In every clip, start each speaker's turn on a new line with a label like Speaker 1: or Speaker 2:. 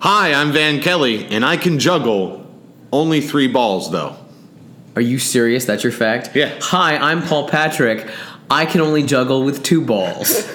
Speaker 1: Hi, I'm Van Kelly, and I can juggle only three balls, though.
Speaker 2: Are you serious? That's your fact?
Speaker 1: Yeah.
Speaker 2: Hi, I'm Paul Patrick. I can only juggle with two balls.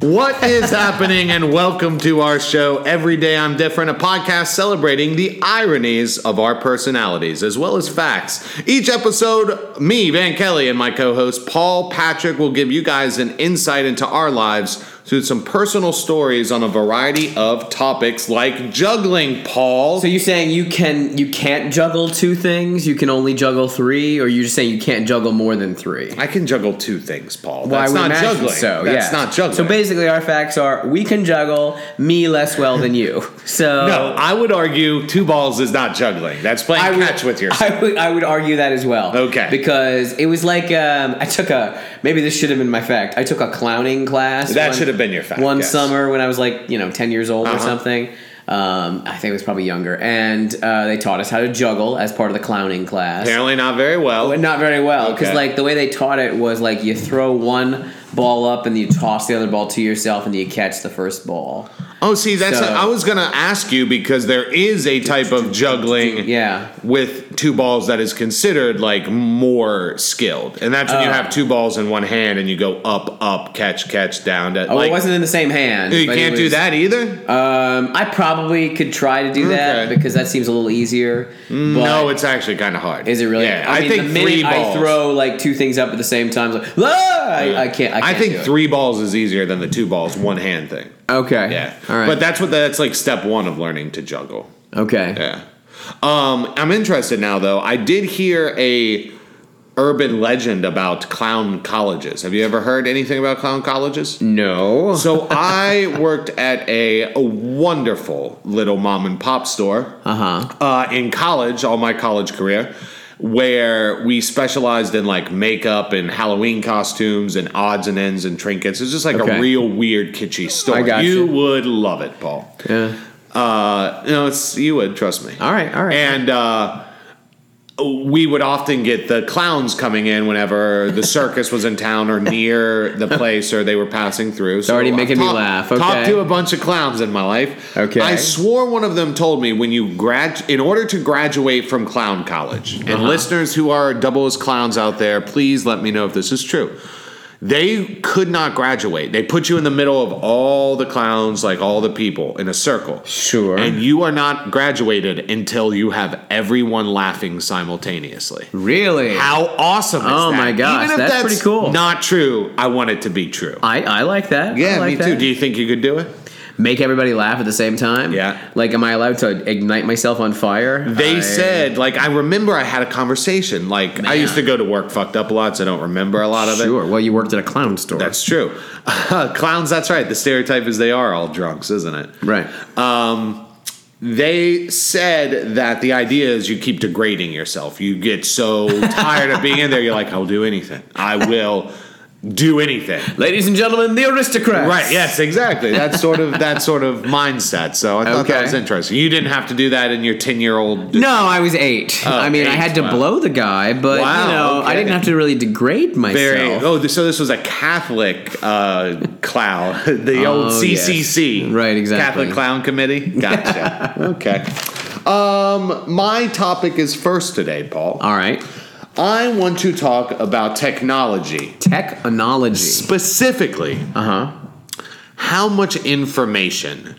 Speaker 1: What is happening, and welcome to our show, Every Day I'm Different, a podcast celebrating the ironies of our personalities, as well as facts. Each episode, me, Van Kelly, and my co host, Paul Patrick, will give you guys an insight into our lives through some personal stories on a variety of topics like juggling, Paul.
Speaker 2: so you're saying you can you can't juggle two things? You can only juggle three, or you're just saying you can't juggle more than three?
Speaker 1: I can juggle two things, Paul.
Speaker 2: Well, I
Speaker 1: That's
Speaker 2: would
Speaker 1: not
Speaker 2: imagine
Speaker 1: juggling.
Speaker 2: So
Speaker 1: That's
Speaker 2: yeah.
Speaker 1: not juggling.
Speaker 2: So basically, our facts are: we can juggle me less well than you. So
Speaker 1: No, I would argue two balls is not juggling. That's playing
Speaker 2: would-
Speaker 1: catch with yourself.
Speaker 2: I would, I would argue that as well.
Speaker 1: Okay.
Speaker 2: Because it was like um, I took a maybe this should have been my fact. I took a clowning class.
Speaker 1: That should have been your fact,
Speaker 2: One
Speaker 1: yes.
Speaker 2: summer when I was like you know ten years old or
Speaker 1: Uh-huh.
Speaker 2: something. Um, I think it was probably younger, and uh, they taught us how to juggle as part of the clowning class.
Speaker 1: Apparently not very well.
Speaker 2: But not very well because
Speaker 1: Okay.
Speaker 2: like the way they taught it was like you throw one ball up and you toss the other ball to yourself and you catch the first ball.
Speaker 1: oh, see, that's
Speaker 2: So-
Speaker 1: I was gonna ask you because there is a type of juggling
Speaker 2: Yeah.
Speaker 1: with two balls that is considered like more skilled, and that's when you
Speaker 2: Oh.
Speaker 1: have two balls in one hand and you go up, up, catch, catch, down. To,
Speaker 2: Oh,
Speaker 1: like,
Speaker 2: it wasn't in the same hand.
Speaker 1: you
Speaker 2: but it
Speaker 1: can't do
Speaker 2: was-
Speaker 1: that either.
Speaker 2: Um, I probably could try to do that
Speaker 1: Okay. Mm,
Speaker 2: because that seems a little easier. But
Speaker 1: no, it's actually kind of hard.
Speaker 2: is it really?
Speaker 1: Yeah,
Speaker 2: I,
Speaker 1: I,
Speaker 2: mean,
Speaker 1: think
Speaker 2: the minute
Speaker 1: three balls.
Speaker 2: I throw like two things up at the same time, it's like, "Ah!" I, I can't. I, can't
Speaker 1: think
Speaker 2: do it.
Speaker 1: three balls is easier than the two balls one hand thing.
Speaker 2: Okay.
Speaker 1: Yeah.
Speaker 2: All right.
Speaker 1: But that's what that's like step one of learning to juggle.
Speaker 2: okay.
Speaker 1: Yeah. Um, I'm interested now though. I did hear a urban legend about clown colleges. Have you ever heard anything about clown colleges?
Speaker 2: No.
Speaker 1: So I worked at a, a wonderful little mom and pop store
Speaker 2: Uh huh.
Speaker 1: uh, in college, all my college career, where we specialized in like makeup and Halloween costumes and odds and ends and trinkets. It's just like
Speaker 2: Okay.
Speaker 1: a real weird kitschy store.
Speaker 2: I got you.
Speaker 1: would love it, Paul.
Speaker 2: Yeah.
Speaker 1: Uh, no, it's you would trust me.
Speaker 2: All right. All right.
Speaker 1: And uh, we would often get the clowns coming in whenever the circus was in town or near the place or they were passing through. So
Speaker 2: already
Speaker 1: I've
Speaker 2: making me
Speaker 1: talked-
Speaker 2: laugh.
Speaker 1: Talked
Speaker 2: Okay.
Speaker 1: to a bunch of clowns in my life.
Speaker 2: Okay.
Speaker 1: I swore one of them told me when you grad, in order to graduate from clown college, and
Speaker 2: Uh-huh.
Speaker 1: listeners who are double as clowns out there, please let me know if this is true they could not graduate. They put you in the middle of all the clowns, like all the people, in a circle.
Speaker 2: Sure.
Speaker 1: And you are not graduated until you have everyone laughing simultaneously.
Speaker 2: really.
Speaker 1: How awesome is
Speaker 2: Oh
Speaker 1: that?
Speaker 2: my gosh,
Speaker 1: Even if
Speaker 2: that's pretty cool.
Speaker 1: Not true. I want it to be true.
Speaker 2: I, I like that.
Speaker 1: yeah,
Speaker 2: I like
Speaker 1: me
Speaker 2: that.
Speaker 1: too. Do you think you could do it?
Speaker 2: Make everybody laugh at the same time.
Speaker 1: Yeah.
Speaker 2: Like, am I allowed to ignite myself on fire?
Speaker 1: They
Speaker 2: I-
Speaker 1: said, like, I remember I had a conversation. Like, I
Speaker 2: Man.
Speaker 1: used to go to work fucked up a lot, so I don't remember a lot of it.
Speaker 2: Sure. Well, you worked at a clown store.
Speaker 1: That's true. Clowns, that's right. The stereotype is they are all drunks, isn't it?
Speaker 2: right.
Speaker 1: Um, they said that the idea is you keep degrading yourself. You get so tired of being in there, you're like, I'll do anything. I will do anything.
Speaker 2: Ladies and gentlemen, the aristocrats.
Speaker 1: Right. Yes. Exactly. That's sort of that sort of mindset. So I thought that
Speaker 2: Okay.
Speaker 1: was interesting. You didn't have to do that in your ten year old.
Speaker 2: No, I was eight. I mean, I
Speaker 1: Oh, eight,
Speaker 2: had to
Speaker 1: wow.
Speaker 2: blow the guy, but
Speaker 1: Wow,
Speaker 2: you know, I
Speaker 1: okay.
Speaker 2: didn't have to really degrade myself.
Speaker 1: Very. Oh, th- so this was a Catholic uh, clown, the
Speaker 2: Oh,
Speaker 1: old
Speaker 2: yes.
Speaker 1: CCC,
Speaker 2: Right, exactly.
Speaker 1: Catholic Clown Committee. Gotcha. okay. Um, my topic is first today, Paul.
Speaker 2: All right,
Speaker 1: I want to talk about technology.
Speaker 2: technology.
Speaker 1: Specifically,
Speaker 2: Uh huh.
Speaker 1: how much information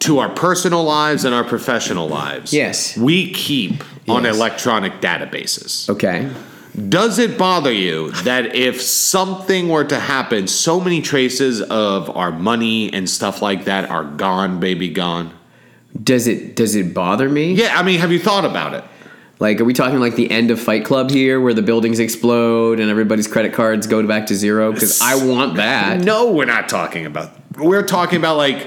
Speaker 1: to our personal lives and our professional lives
Speaker 2: Yes.
Speaker 1: we keep on
Speaker 2: Yes.
Speaker 1: electronic databases.
Speaker 2: Okay.
Speaker 1: Does it bother you that if something were to happen, so many traces of our money and stuff like that are gone, baby gone?
Speaker 2: Does it does it bother me?
Speaker 1: Yeah, I mean, have you thought about it?
Speaker 2: Like, are we talking like the end of Fight Club here, where the buildings explode and everybody's credit cards go back to zero? Because I want that.
Speaker 1: No, we're not talking about. We're talking about like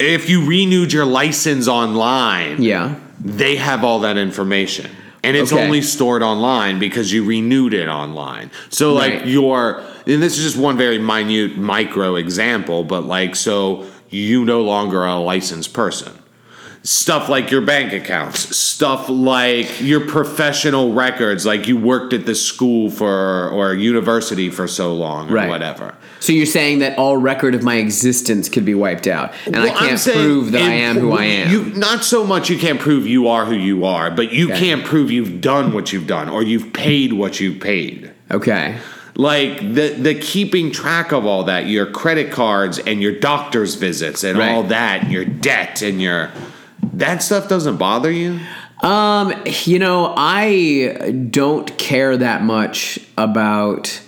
Speaker 1: if you renewed your license online,
Speaker 2: Yeah.
Speaker 1: they have all that information. And it's
Speaker 2: Okay.
Speaker 1: only stored online because you renewed it online. So like
Speaker 2: Right.
Speaker 1: your and this is just one very minute micro example, but like so you no longer are a licensed person. stuff like your bank accounts, stuff like your professional records, like you worked at the school for or university for so long or
Speaker 2: Right.
Speaker 1: whatever.
Speaker 2: So you're saying that all record of my existence could be wiped out, and I
Speaker 1: Well, I'm
Speaker 2: can't
Speaker 1: saying
Speaker 2: prove that I
Speaker 1: in-
Speaker 2: am who I am.
Speaker 1: You, not so much you can't prove you are who you are, but you
Speaker 2: Okay.
Speaker 1: can't prove you've done what you've done or you've paid what you've paid.
Speaker 2: okay.
Speaker 1: Like the the keeping track of all that, your credit cards and your doctor's visits and
Speaker 2: Right.
Speaker 1: all that, and your debt and your that stuff doesn't bother you.
Speaker 2: Um, you know, I don't care that much about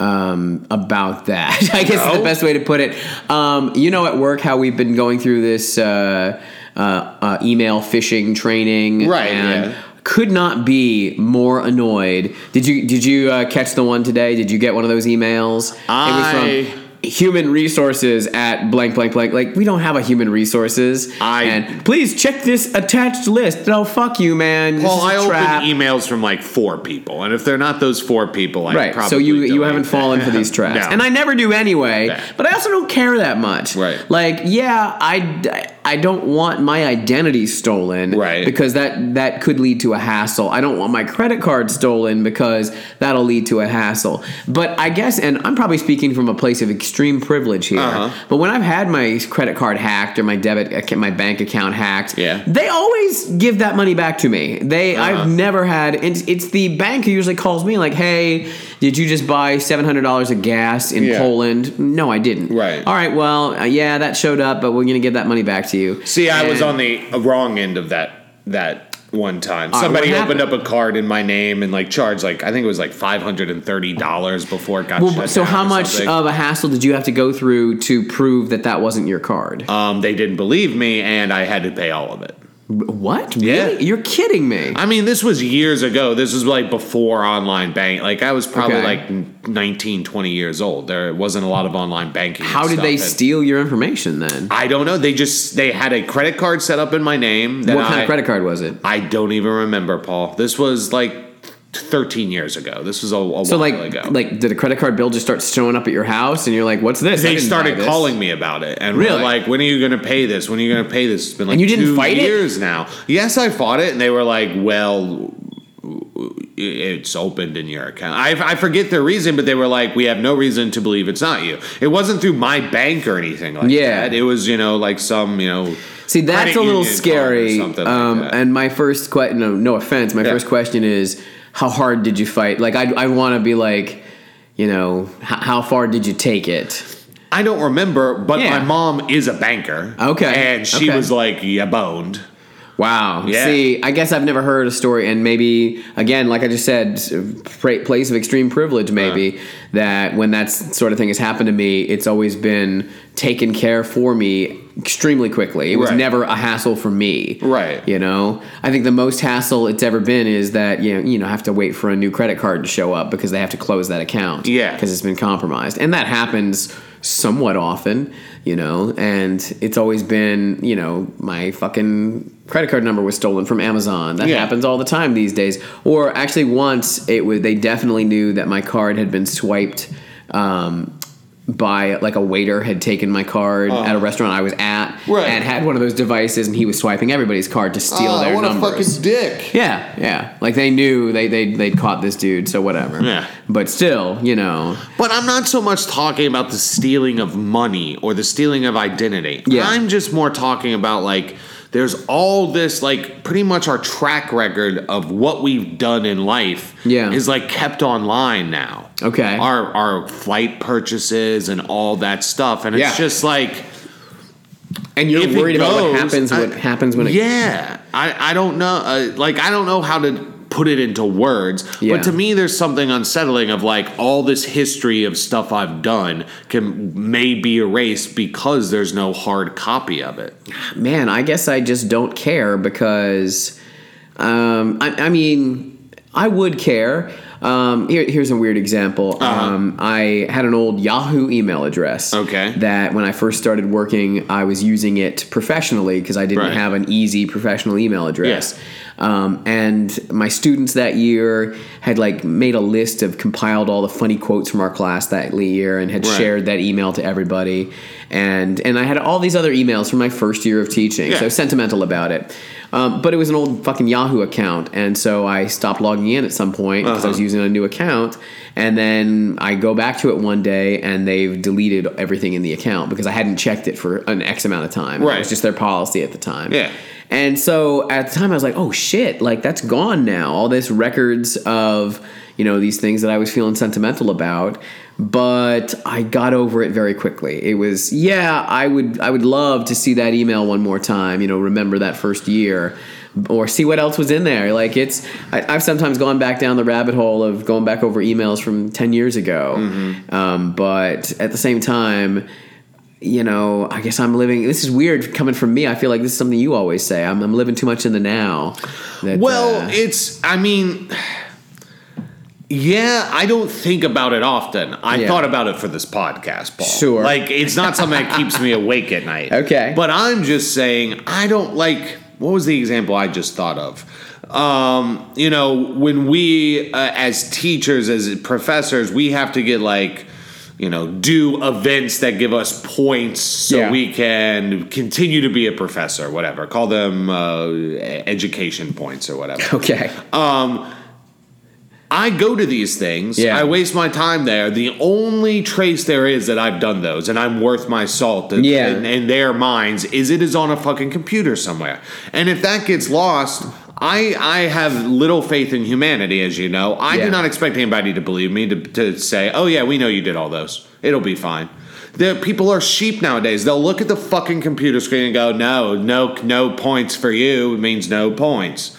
Speaker 2: um about that. I guess is
Speaker 1: No?
Speaker 2: the best way to put it. Um, you know, at work, how we've been going through this uh, uh, uh, email phishing training,
Speaker 1: Right,
Speaker 2: And
Speaker 1: yeah.
Speaker 2: Could not be more annoyed. Did you did you uh, catch the one today? Did you get one of those emails?
Speaker 1: I-
Speaker 2: it was from human resources at blank blank blank. Like we don't have a human resources.
Speaker 1: I-
Speaker 2: and please check this attached list. No, fuck you, man. This
Speaker 1: Well,
Speaker 2: is a
Speaker 1: I open
Speaker 2: trap.
Speaker 1: emails from like four people, and if they're not those four people, I
Speaker 2: Right,
Speaker 1: Probably
Speaker 2: so you you
Speaker 1: delete
Speaker 2: haven't
Speaker 1: them.
Speaker 2: fallen for these traps,
Speaker 1: No.
Speaker 2: and I never do anyway.
Speaker 1: Yeah.
Speaker 2: But I also don't care that much.
Speaker 1: Right.
Speaker 2: like yeah, I, d- I don't want my identity stolen.
Speaker 1: Right.
Speaker 2: because that that could lead to a hassle. I don't want my credit card stolen because that'll lead to a hassle. But I guess, and I'm probably speaking from a place of extreme privilege here.
Speaker 1: Uh-huh.
Speaker 2: But when I've had my credit card hacked or my debit acc- my bank account hacked,
Speaker 1: Yeah.
Speaker 2: they always give that money back to me. They
Speaker 1: Uh-huh.
Speaker 2: I've never had. It's, it's the bank who usually calls me like, "Hey, did you just buy seven hundred dollars of gas in
Speaker 1: Yeah.
Speaker 2: Poland?" No, I didn't.
Speaker 1: Right.
Speaker 2: All right. Well, uh, yeah, that showed up, but we're gonna give that money back to you.
Speaker 1: See, I was
Speaker 2: And-
Speaker 1: on the wrong end of that that one time.
Speaker 2: Uh,
Speaker 1: Somebody
Speaker 2: what
Speaker 1: opened
Speaker 2: happened?
Speaker 1: up a card in my name and like charged like I think it was like five hundred and thirty dollars before it got.
Speaker 2: Well,
Speaker 1: shut
Speaker 2: so
Speaker 1: down
Speaker 2: how
Speaker 1: or
Speaker 2: much
Speaker 1: something.
Speaker 2: of a hassle did you have to go through to prove that that wasn't your card?
Speaker 1: um, they didn't believe me, and I had to pay all of it.
Speaker 2: what?
Speaker 1: yeah.
Speaker 2: Really? You're kidding me.
Speaker 1: I mean, this was years ago. This was like before online bank. Like I was probably
Speaker 2: Okay.
Speaker 1: like 19, 20 years old. There wasn't a lot of online banking. and
Speaker 2: how did
Speaker 1: stuff,
Speaker 2: they
Speaker 1: and-
Speaker 2: steal your information then?
Speaker 1: I don't know. They just they had a credit card set up in my name. That
Speaker 2: what kind
Speaker 1: I,
Speaker 2: of credit card was it?
Speaker 1: I don't even remember, Paul. This was like 13 years ago. This was a, a
Speaker 2: So
Speaker 1: while
Speaker 2: like,
Speaker 1: ago.
Speaker 2: like, did a credit card bill just start showing up at your house, and you're like, "What's this?" I
Speaker 1: they
Speaker 2: didn't buy
Speaker 1: started
Speaker 2: this.
Speaker 1: calling me about it and really?
Speaker 2: Really?
Speaker 1: like, "When are you going to pay this? When are you going to pay this?" It's been like
Speaker 2: you didn't
Speaker 1: two
Speaker 2: fight it?
Speaker 1: years now. Yes, I fought it, and they were like, "Well." It's opened in your account. I, I forget their reason, but they were like, "We have no reason to believe it's not you." It wasn't through my bank or anything like
Speaker 2: Yeah.
Speaker 1: that. It was, you know, like some, you know,
Speaker 2: See, that's
Speaker 1: credit
Speaker 2: a little
Speaker 1: union card or
Speaker 2: scary.
Speaker 1: something like
Speaker 2: um,
Speaker 1: that.
Speaker 2: and my first question, no, no offense, my
Speaker 1: Yeah.
Speaker 2: first question is, how hard did you fight? Like, I, I want to be like, you know, h- how far did you take it?
Speaker 1: I don't remember, but
Speaker 2: Yeah.
Speaker 1: my mom is a banker.
Speaker 2: Okay.
Speaker 1: And she
Speaker 2: Okay.
Speaker 1: was like, you boned.
Speaker 2: Wow.
Speaker 1: Yeah.
Speaker 2: See, I guess I've never heard a story, and maybe again, like I just said, pra- place of extreme privilege. Maybe that when that s- sort of thing has happened to me, it's always been taken care for me extremely quickly. It was
Speaker 1: Right.
Speaker 2: never a hassle for me.
Speaker 1: Right.
Speaker 2: You know, I think the most hassle it's ever been is that you know you know have to wait for a new credit card to show up because they have to close that account.
Speaker 1: Yeah.
Speaker 2: Because it's been compromised, and that happens somewhat often, you know. And it's always been, you know, my fucking credit card number was stolen from Amazon. That
Speaker 1: Yeah.
Speaker 2: happens all the time these days. Or actually, once it was, they definitely knew that my card had been swiped. Um, by like a waiter had taken my card at a restaurant I was at
Speaker 1: Oh. Right. Oh,
Speaker 2: and had one of those devices and he was swiping everybody's card to steal their numbers.
Speaker 1: dick.
Speaker 2: Yeah, yeah. Like they knew they they they'd caught this dude, so whatever.
Speaker 1: Yeah.
Speaker 2: But still, you know,
Speaker 1: But I'm not so much talking about the stealing of money or the stealing of identity.
Speaker 2: Yeah.
Speaker 1: I'm just more talking about like, there's all this, like, pretty much our track record of what we've done in life
Speaker 2: Yeah.
Speaker 1: is like kept online now.
Speaker 2: Okay.
Speaker 1: Our, our flight purchases and all that stuff. And it's
Speaker 2: Yeah.
Speaker 1: just like,
Speaker 2: and you're
Speaker 1: If it
Speaker 2: worried about what
Speaker 1: goes,
Speaker 2: happens
Speaker 1: I-
Speaker 2: what happens when it
Speaker 1: yeah I, I don't know uh, like i don't know how to put it into words
Speaker 2: Yeah.
Speaker 1: but to me there's something unsettling of like all this history of stuff i've done can may be erased because there's no hard copy of it
Speaker 2: man, I guess I just don't care because, um, I, I mean, I would care. Um, here, here's a weird example.
Speaker 1: Uh-huh.
Speaker 2: Um, I had an old Yahoo email address.
Speaker 1: Okay.
Speaker 2: That when I first started working, I was using it professionally because I didn't
Speaker 1: Right.
Speaker 2: have an easy professional email address.
Speaker 1: Yeah.
Speaker 2: Um, and my students that year had like made a list of compiled all the funny quotes from our class that year and had
Speaker 1: Right.
Speaker 2: shared that email to everybody. And and I had all these other emails from my first year of teaching,
Speaker 1: Yeah.
Speaker 2: so sentimental about it. Um, but it was an old fucking Yahoo account, and so I stopped logging in at some point because I was
Speaker 1: Uh-huh.
Speaker 2: using a new account. And then I go back to it one day, and they've deleted everything in the account because I hadn't checked it for an X amount of time. It
Speaker 1: Right.
Speaker 2: was just their policy at the time.
Speaker 1: Yeah.
Speaker 2: And so at the time I was like, oh shit, like that's gone now. All this records of, you know, these things that I was feeling sentimental about. But I got over it very quickly. It was, yeah, I would I would love to see that email one more time, you know, remember that first year. Or see what else was in there. Like it's, I, I've sometimes gone back down the rabbit hole of going back over emails from ten years ago. Um, but at the same time, you know, I guess I'm living. This is weird coming from me. I feel like this is something you always say. I'm, I'm living too much in the now. That,
Speaker 1: Well,
Speaker 2: uh,
Speaker 1: it's I mean yeah, I don't think about it often. I
Speaker 2: Yeah.
Speaker 1: thought about it for this podcast, Paul.
Speaker 2: Sure.
Speaker 1: Like it's not something that keeps me awake at night.
Speaker 2: Okay.
Speaker 1: But I'm just saying I don't like what was the example I just thought of? Um, you know, when we uh, as teachers as professors, we have to get like you know, do events that give us points so
Speaker 2: Yeah.
Speaker 1: we can continue to be a professor, whatever. Call them uh, e- education points or whatever.
Speaker 2: okay,
Speaker 1: I go to these things.
Speaker 2: Yeah.
Speaker 1: I waste my time there. The only trace there is that I've done those and I'm worth my salt in,
Speaker 2: Yeah.
Speaker 1: in, in their minds is it is on a fucking computer somewhere. And if that gets lost, I, I have little faith in humanity, as you know. I
Speaker 2: Yeah.
Speaker 1: do not expect anybody to believe me to, to say, oh, yeah, we know you did all those. It'll be fine. The people are sheep nowadays. They'll look at the fucking computer screen and go, no, no, no points for you means no points.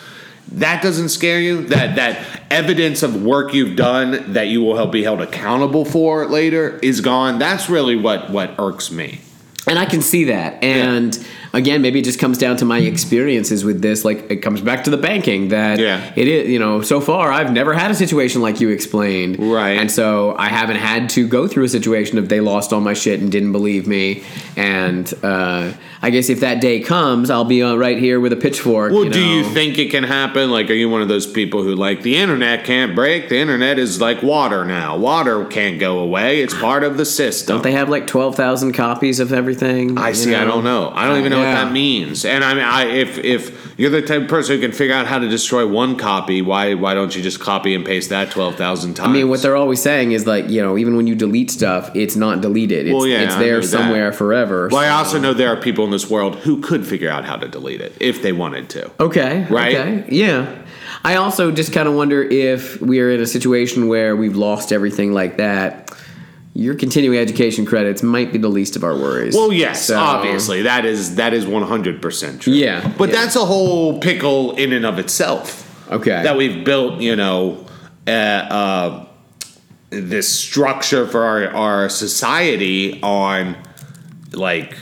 Speaker 1: That doesn't scare you. That that evidence of work you've done that you will help be held accountable for later is gone. That's really what what irks me.
Speaker 2: and I can see that. And again, maybe it just comes down to my experiences with this. Like it comes back to the banking that
Speaker 1: Yeah.
Speaker 2: it is. You know, so far I've never had a situation like you explained.
Speaker 1: Right.
Speaker 2: and so I haven't had to go through a situation of they lost all my shit and didn't believe me. And uh, I guess if that day comes, I'll be uh, right here with a pitchfork.
Speaker 1: Well,
Speaker 2: you
Speaker 1: do you
Speaker 2: know.
Speaker 1: think it can happen? Like, are you one of those people who like the internet can't break? The internet is like water now. Water can't go away. It's part of the system.
Speaker 2: They have like twelve thousand copies of everything.
Speaker 1: I
Speaker 2: you
Speaker 1: see. I don't know. I don't even know
Speaker 2: Yeah.
Speaker 1: what that means. And I mean, I, if if you're the type of person who can figure out how to destroy one copy, why why don't you just copy and paste that twelve thousand times?
Speaker 2: I mean, what they're always saying is like, you know, even when you delete stuff, it's not deleted. It's,
Speaker 1: Well, yeah,
Speaker 2: it's
Speaker 1: I
Speaker 2: there
Speaker 1: knew that.
Speaker 2: somewhere forever.
Speaker 1: Well, I
Speaker 2: so-
Speaker 1: also know there are people in this world who could figure out how to delete it if they wanted to.
Speaker 2: Okay.
Speaker 1: Right?
Speaker 2: Okay. Yeah. I also just kind of wonder if we are in a situation where we've lost everything like that. Your continuing education credits might be the least of our worries.
Speaker 1: Well, yes,
Speaker 2: So-
Speaker 1: obviously that is that is one hundred percent true.
Speaker 2: Yeah,
Speaker 1: but
Speaker 2: yeah.
Speaker 1: that's a whole pickle in and of itself.
Speaker 2: Okay.
Speaker 1: that we've built, you know, uh, uh, this structure for our our society on like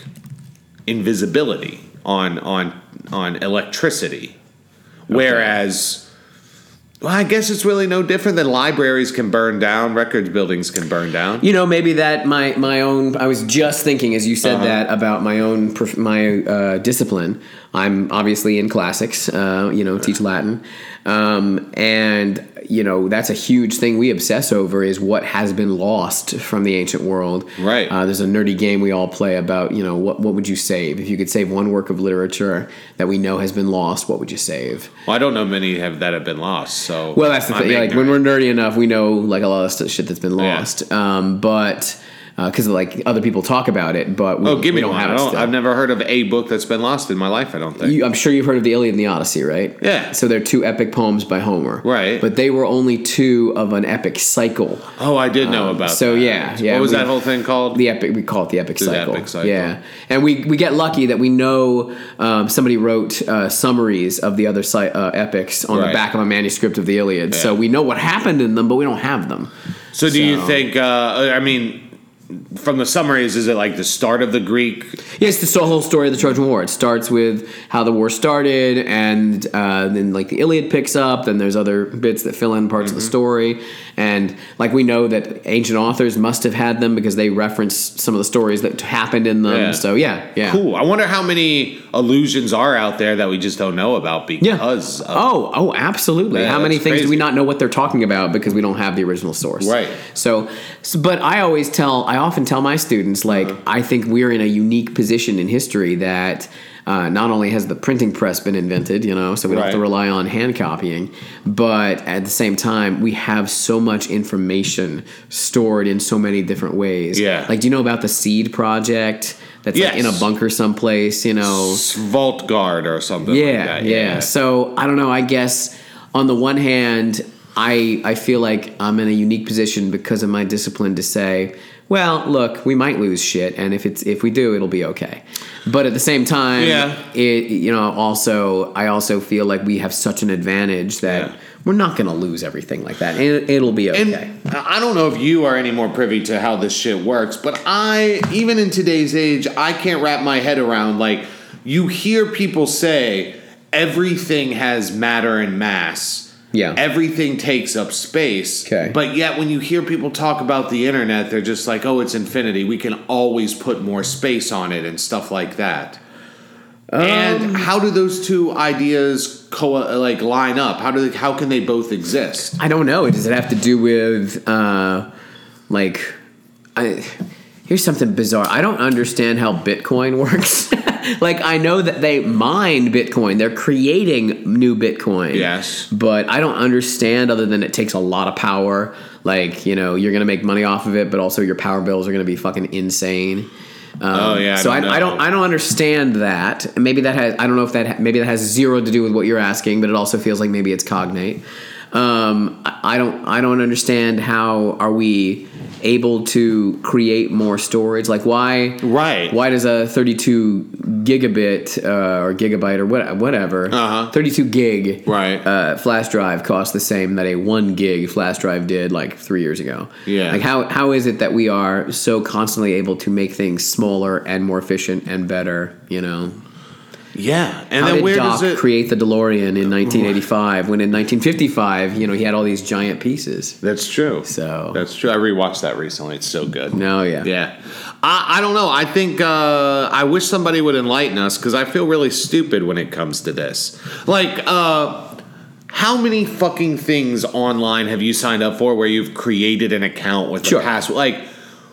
Speaker 1: invisibility, on on on electricity, whereas. Well, I guess it's really no different than libraries can burn down, records buildings can burn down.
Speaker 2: you know maybe that my my own i was just thinking as you said that about my own prof- my uh, discipline i'm obviously in classics uh, you know teach latin um, and you know that's a huge thing we obsess over is what has been lost from the ancient world
Speaker 1: Right.
Speaker 2: uh, there's a nerdy game we all play about you know what, what would you save if you could save one work of literature that we know has been lost what would you save
Speaker 1: Well, I don't know many have that have been lost. So
Speaker 2: well, that's the
Speaker 1: I'm
Speaker 2: thing. Like when
Speaker 1: ignorant.
Speaker 2: we're nerdy enough, we know like a lot of st- shit that's been
Speaker 1: Yeah.
Speaker 2: lost. Um, but because like other people talk about it, but we,
Speaker 1: oh, give
Speaker 2: we
Speaker 1: me
Speaker 2: don't
Speaker 1: one.
Speaker 2: have
Speaker 1: I
Speaker 2: it.
Speaker 1: don't,
Speaker 2: still.
Speaker 1: I've never heard of a book that's been lost in my life. I don't think.
Speaker 2: You- I'm sure you've heard of the Iliad and the Odyssey, right?
Speaker 1: Yeah.
Speaker 2: So they're two epic poems by Homer.
Speaker 1: Right.
Speaker 2: But they were only two of an epic cycle.
Speaker 1: oh, I did know about.
Speaker 2: um, so,
Speaker 1: that.
Speaker 2: yeah, yeah,
Speaker 1: What was
Speaker 2: we-
Speaker 1: that whole thing called?
Speaker 2: The epic, we call it the epic
Speaker 1: the
Speaker 2: cycle.
Speaker 1: epic cycle.
Speaker 2: Yeah, and we we get lucky that we know um, somebody wrote uh, summaries of the other cy- uh, epics on the
Speaker 1: Right.
Speaker 2: back of a manuscript of the Iliad, so
Speaker 1: Yeah.
Speaker 2: we know what happened in them, but we don't have them.
Speaker 1: So do you
Speaker 2: So-
Speaker 1: think? Uh, I mean, from the summaries, is it like the start of the Greek?
Speaker 2: Yes, the so- whole story of the Trojan War. It starts with how the war started, and uh, then like the Iliad picks up. Then there's other bits that fill in parts
Speaker 1: Mm-hmm.
Speaker 2: of the story, and like we know that ancient authors must have had them because they reference some of the stories that happened in them.
Speaker 1: Yeah.
Speaker 2: So yeah, yeah,
Speaker 1: Cool. I wonder how many illusions are out there that we just don't know about
Speaker 2: yeah.
Speaker 1: because of
Speaker 2: oh, oh, absolutely.
Speaker 1: Yeah,
Speaker 2: how many
Speaker 1: that's
Speaker 2: things do
Speaker 1: crazy.
Speaker 2: we not know what they're talking about because we don't have the original source?
Speaker 1: Right.
Speaker 2: So, s- but I always tell, I often tell my students, like,
Speaker 1: Uh-huh.
Speaker 2: I think we're in a unique position in history that uh, not only has the printing press been invented, you know, so we don't have to
Speaker 1: Right.
Speaker 2: rely on hand copying, but at the same time, we have so much information stored in so many different ways.
Speaker 1: Yeah.
Speaker 2: Like, do you know about the Seed Project? That's like in a
Speaker 1: Yes.
Speaker 2: bunker someplace, you know.
Speaker 1: Vault Guard or something. like
Speaker 2: Yeah,
Speaker 1: that.
Speaker 2: yeah, So I don't know. I guess on the one hand, I I feel like I'm in a unique position because of my discipline to say, well, look, we might lose shit, and if it's if we do, it'll be okay. But at the same time,
Speaker 1: Yeah.
Speaker 2: it you know also I also feel like we have such an advantage that
Speaker 1: Yeah.
Speaker 2: we're not going to lose everything like that. It, it'll be okay.
Speaker 1: And I I don't know if you are any more privy to how this shit works, but I, even in today's age, I can't wrap my head around like you hear people say everything has matter and mass.
Speaker 2: Yeah.
Speaker 1: Everything takes up space.
Speaker 2: Okay.
Speaker 1: But yet when you hear people talk about the internet, they're just like, "Oh, it's infinity. We can always put more space on it and stuff like that."
Speaker 2: Um,
Speaker 1: and how do those two ideas co- like line up? How do they, how can they both exist?
Speaker 2: I don't know. Does it have to do with uh, like? I, here's something bizarre. I don't understand how Bitcoin works. like I know that they mine Bitcoin. They're creating new Bitcoin.
Speaker 1: Yes.
Speaker 2: But I don't understand other than it takes a lot of power. Like, you know, you're going to make money off of it, but also your power bills are going to be fucking insane. Um,
Speaker 1: Oh, yeah, I
Speaker 2: So I
Speaker 1: don't
Speaker 2: I, don't
Speaker 1: know.
Speaker 2: I don't understand that. And Maybe that has I don't know if that ha- maybe that has zero to do with what you're asking, but it also feels like maybe it's cognate. Um, I I don't I don't understand how are we able to create more storage? Like why
Speaker 1: Right.
Speaker 2: Why does a 32 gigabit uh, or gigabyte or what, whatever
Speaker 1: Uh-huh.
Speaker 2: 32 gig
Speaker 1: Right.
Speaker 2: uh, flash drive cost the same that a one gig flash drive did like three years ago.
Speaker 1: Yeah.
Speaker 2: Like how how is it that we are so constantly able to make things smaller and more efficient and better? You know,
Speaker 1: Yeah, and
Speaker 2: how
Speaker 1: then
Speaker 2: did
Speaker 1: where
Speaker 2: Doc
Speaker 1: does it?
Speaker 2: create the DeLorean in 1985 when in 1955 you know he had all these giant pieces?
Speaker 1: That's true.
Speaker 2: So-
Speaker 1: that's true. I rewatched that recently. It's so good.
Speaker 2: No, yeah,
Speaker 1: Yeah, I, I don't know. I think uh, I wish somebody would enlighten us because I feel really stupid when it comes to this. Like, uh, how many fucking things online have you signed up for where you've created an account with
Speaker 2: Sure.
Speaker 1: a password? Like.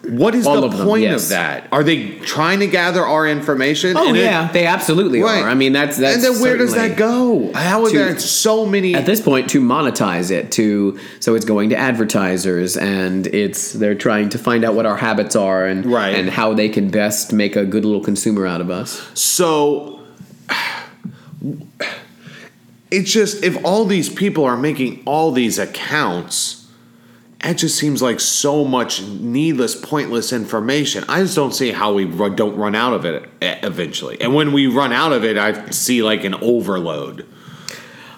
Speaker 1: What is
Speaker 2: All
Speaker 1: the
Speaker 2: of them,
Speaker 1: point
Speaker 2: yes.
Speaker 1: of that? Are they trying to gather our information?
Speaker 2: Oh
Speaker 1: And it-
Speaker 2: yeah, they absolutely
Speaker 1: right.
Speaker 2: are. I mean, that's that's
Speaker 1: and then where does
Speaker 2: certainly-
Speaker 1: that go? How are
Speaker 2: To-
Speaker 1: there so many?
Speaker 2: at this point to monetize it to so it's going to advertisers and it's they're trying to find out what our habits are and
Speaker 1: Right.
Speaker 2: and how they can best make a good little consumer out of us
Speaker 1: So it's just if all these people are making all these accounts, it just seems like so much needless, pointless information. I just don't see how we run, don't run out of it e- eventually. And when we run out of it, I see like an overload.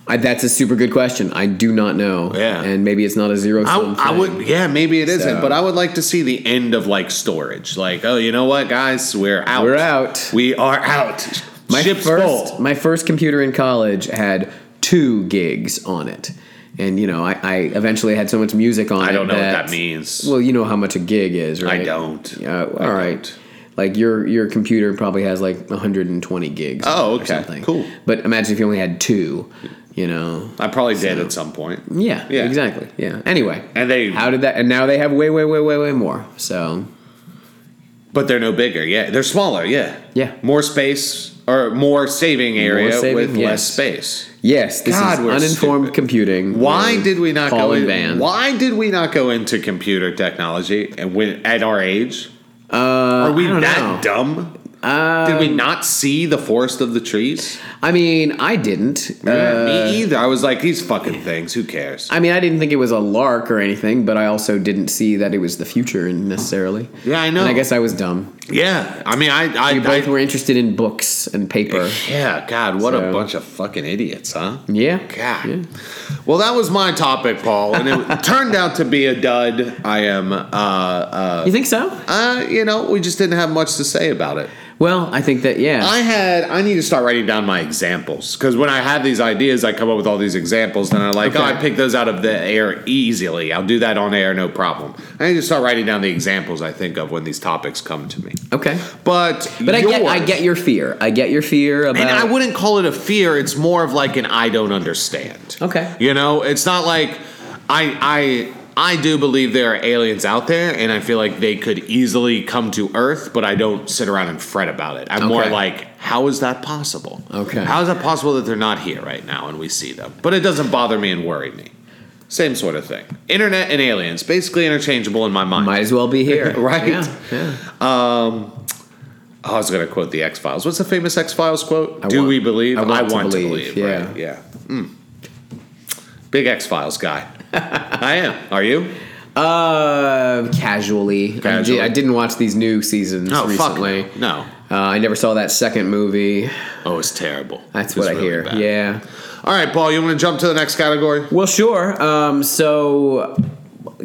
Speaker 2: I, that's a super good question i do not know
Speaker 1: Yeah.
Speaker 2: and maybe it's not a zero
Speaker 1: I,
Speaker 2: sum
Speaker 1: I would, yeah, maybe it isn't,
Speaker 2: So-
Speaker 1: but I would like to see the end of like storage. Like, oh, you know what, guys, we're out.
Speaker 2: We're out.
Speaker 1: We are out.
Speaker 2: my
Speaker 1: Ship's
Speaker 2: first
Speaker 1: full.
Speaker 2: my first computer in college had two gigs on it and you know i, I eventually had so much music on it
Speaker 1: I don't know what
Speaker 2: that
Speaker 1: that means.
Speaker 2: well you know how much a gig is right
Speaker 1: I don't.
Speaker 2: Uh,
Speaker 1: I
Speaker 2: all right.
Speaker 1: don't.
Speaker 2: Like your your computer probably has like 120 gigs.
Speaker 1: Oh,
Speaker 2: Or
Speaker 1: okay.
Speaker 2: something.
Speaker 1: Cool.
Speaker 2: But imagine if you only had two. You know.
Speaker 1: I probably did at some point.
Speaker 2: Yeah.
Speaker 1: Yeah.
Speaker 2: Exactly. Yeah. Anyway.
Speaker 1: And they-
Speaker 2: How did that? And now they have way, way, way, way, way more. So.
Speaker 1: But they're no bigger. Yeah, they're smaller. Yeah.
Speaker 2: Yeah.
Speaker 1: More space or more saving area
Speaker 2: saving,
Speaker 1: with less
Speaker 2: yes.
Speaker 1: space.
Speaker 2: Yes, this
Speaker 1: God,
Speaker 2: is
Speaker 1: we're
Speaker 2: uninformed
Speaker 1: stupid.
Speaker 2: computing.
Speaker 1: Why
Speaker 2: We're
Speaker 1: did we not go
Speaker 2: calling
Speaker 1: in,
Speaker 2: Van.
Speaker 1: Why did we not go into computer technology and when at our age?
Speaker 2: Uh,
Speaker 1: Are we
Speaker 2: I don't
Speaker 1: that
Speaker 2: know. Um,
Speaker 1: dumb? Did we not see the forest of the trees?
Speaker 2: I mean, I didn't.
Speaker 1: Yeah,
Speaker 2: Uh,
Speaker 1: me either. I was like, these fucking things. Who cares?
Speaker 2: I mean, I didn't think it was a lark or anything, but I also didn't see that it was the future and necessarily.
Speaker 1: Yeah, I know.
Speaker 2: And I guess I was dumb.
Speaker 1: yeah, I mean, I, I,
Speaker 2: We both
Speaker 1: I-
Speaker 2: were interested in books and paper.
Speaker 1: yeah. God, what a
Speaker 2: So-
Speaker 1: bunch of fucking idiots, huh?
Speaker 2: Yeah.
Speaker 1: God. Well, that was my topic, Paul, and it turned out to be a dud. I am, uh, uh,
Speaker 2: You think so?
Speaker 1: uh, you know, we just didn't have much to say about it.
Speaker 2: Well, I think that yeah.
Speaker 1: I had I need to start writing down my examples because when I have these ideas, I come up with all these examples, and I like, oh, I
Speaker 2: Okay.
Speaker 1: pick those out of the air easily. I'll do that on air, no problem. I need to start writing down the examples I think of when these topics come to me.
Speaker 2: okay.
Speaker 1: But
Speaker 2: But I get I
Speaker 1: yours- Uh,
Speaker 2: get your fear. I get your fear about
Speaker 1: and I wouldn't call it a fear. It's more of like an I don't understand.
Speaker 2: Okay.
Speaker 1: You know, it's not like I I I do believe there are aliens out there, and I feel like they could easily come to Earth, but I don't sit around and fret about it. I'm more
Speaker 2: Okay.
Speaker 1: like, how is that possible?
Speaker 2: Okay.
Speaker 1: How is that possible that they're not here right now and we see them? But it doesn't bother me and worry me. Same sort of thing. Internet and aliens, basically interchangeable in my mind.
Speaker 2: might as well be here.
Speaker 1: Right?
Speaker 2: Yeah. yeah.
Speaker 1: I was going to quote the X Files. What's the famous X Files quote?
Speaker 2: I
Speaker 1: Do
Speaker 2: want-
Speaker 1: we believe?
Speaker 2: I want to
Speaker 1: to
Speaker 2: believe,
Speaker 1: right, Yeah. Mm. Big X Files guy. I am. Are you?
Speaker 2: Uh, casually. I,
Speaker 1: Casually.
Speaker 2: did, I didn't watch these new seasons
Speaker 1: No, fuck
Speaker 2: recently.
Speaker 1: no. No.
Speaker 2: Uh, I never saw that second movie.
Speaker 1: Oh, it's terrible. It's
Speaker 2: That's what I
Speaker 1: really
Speaker 2: hear.
Speaker 1: bad.
Speaker 2: Yeah.
Speaker 1: All right, Paul. You want to jump to the next category?
Speaker 2: Well, sure. Um, so,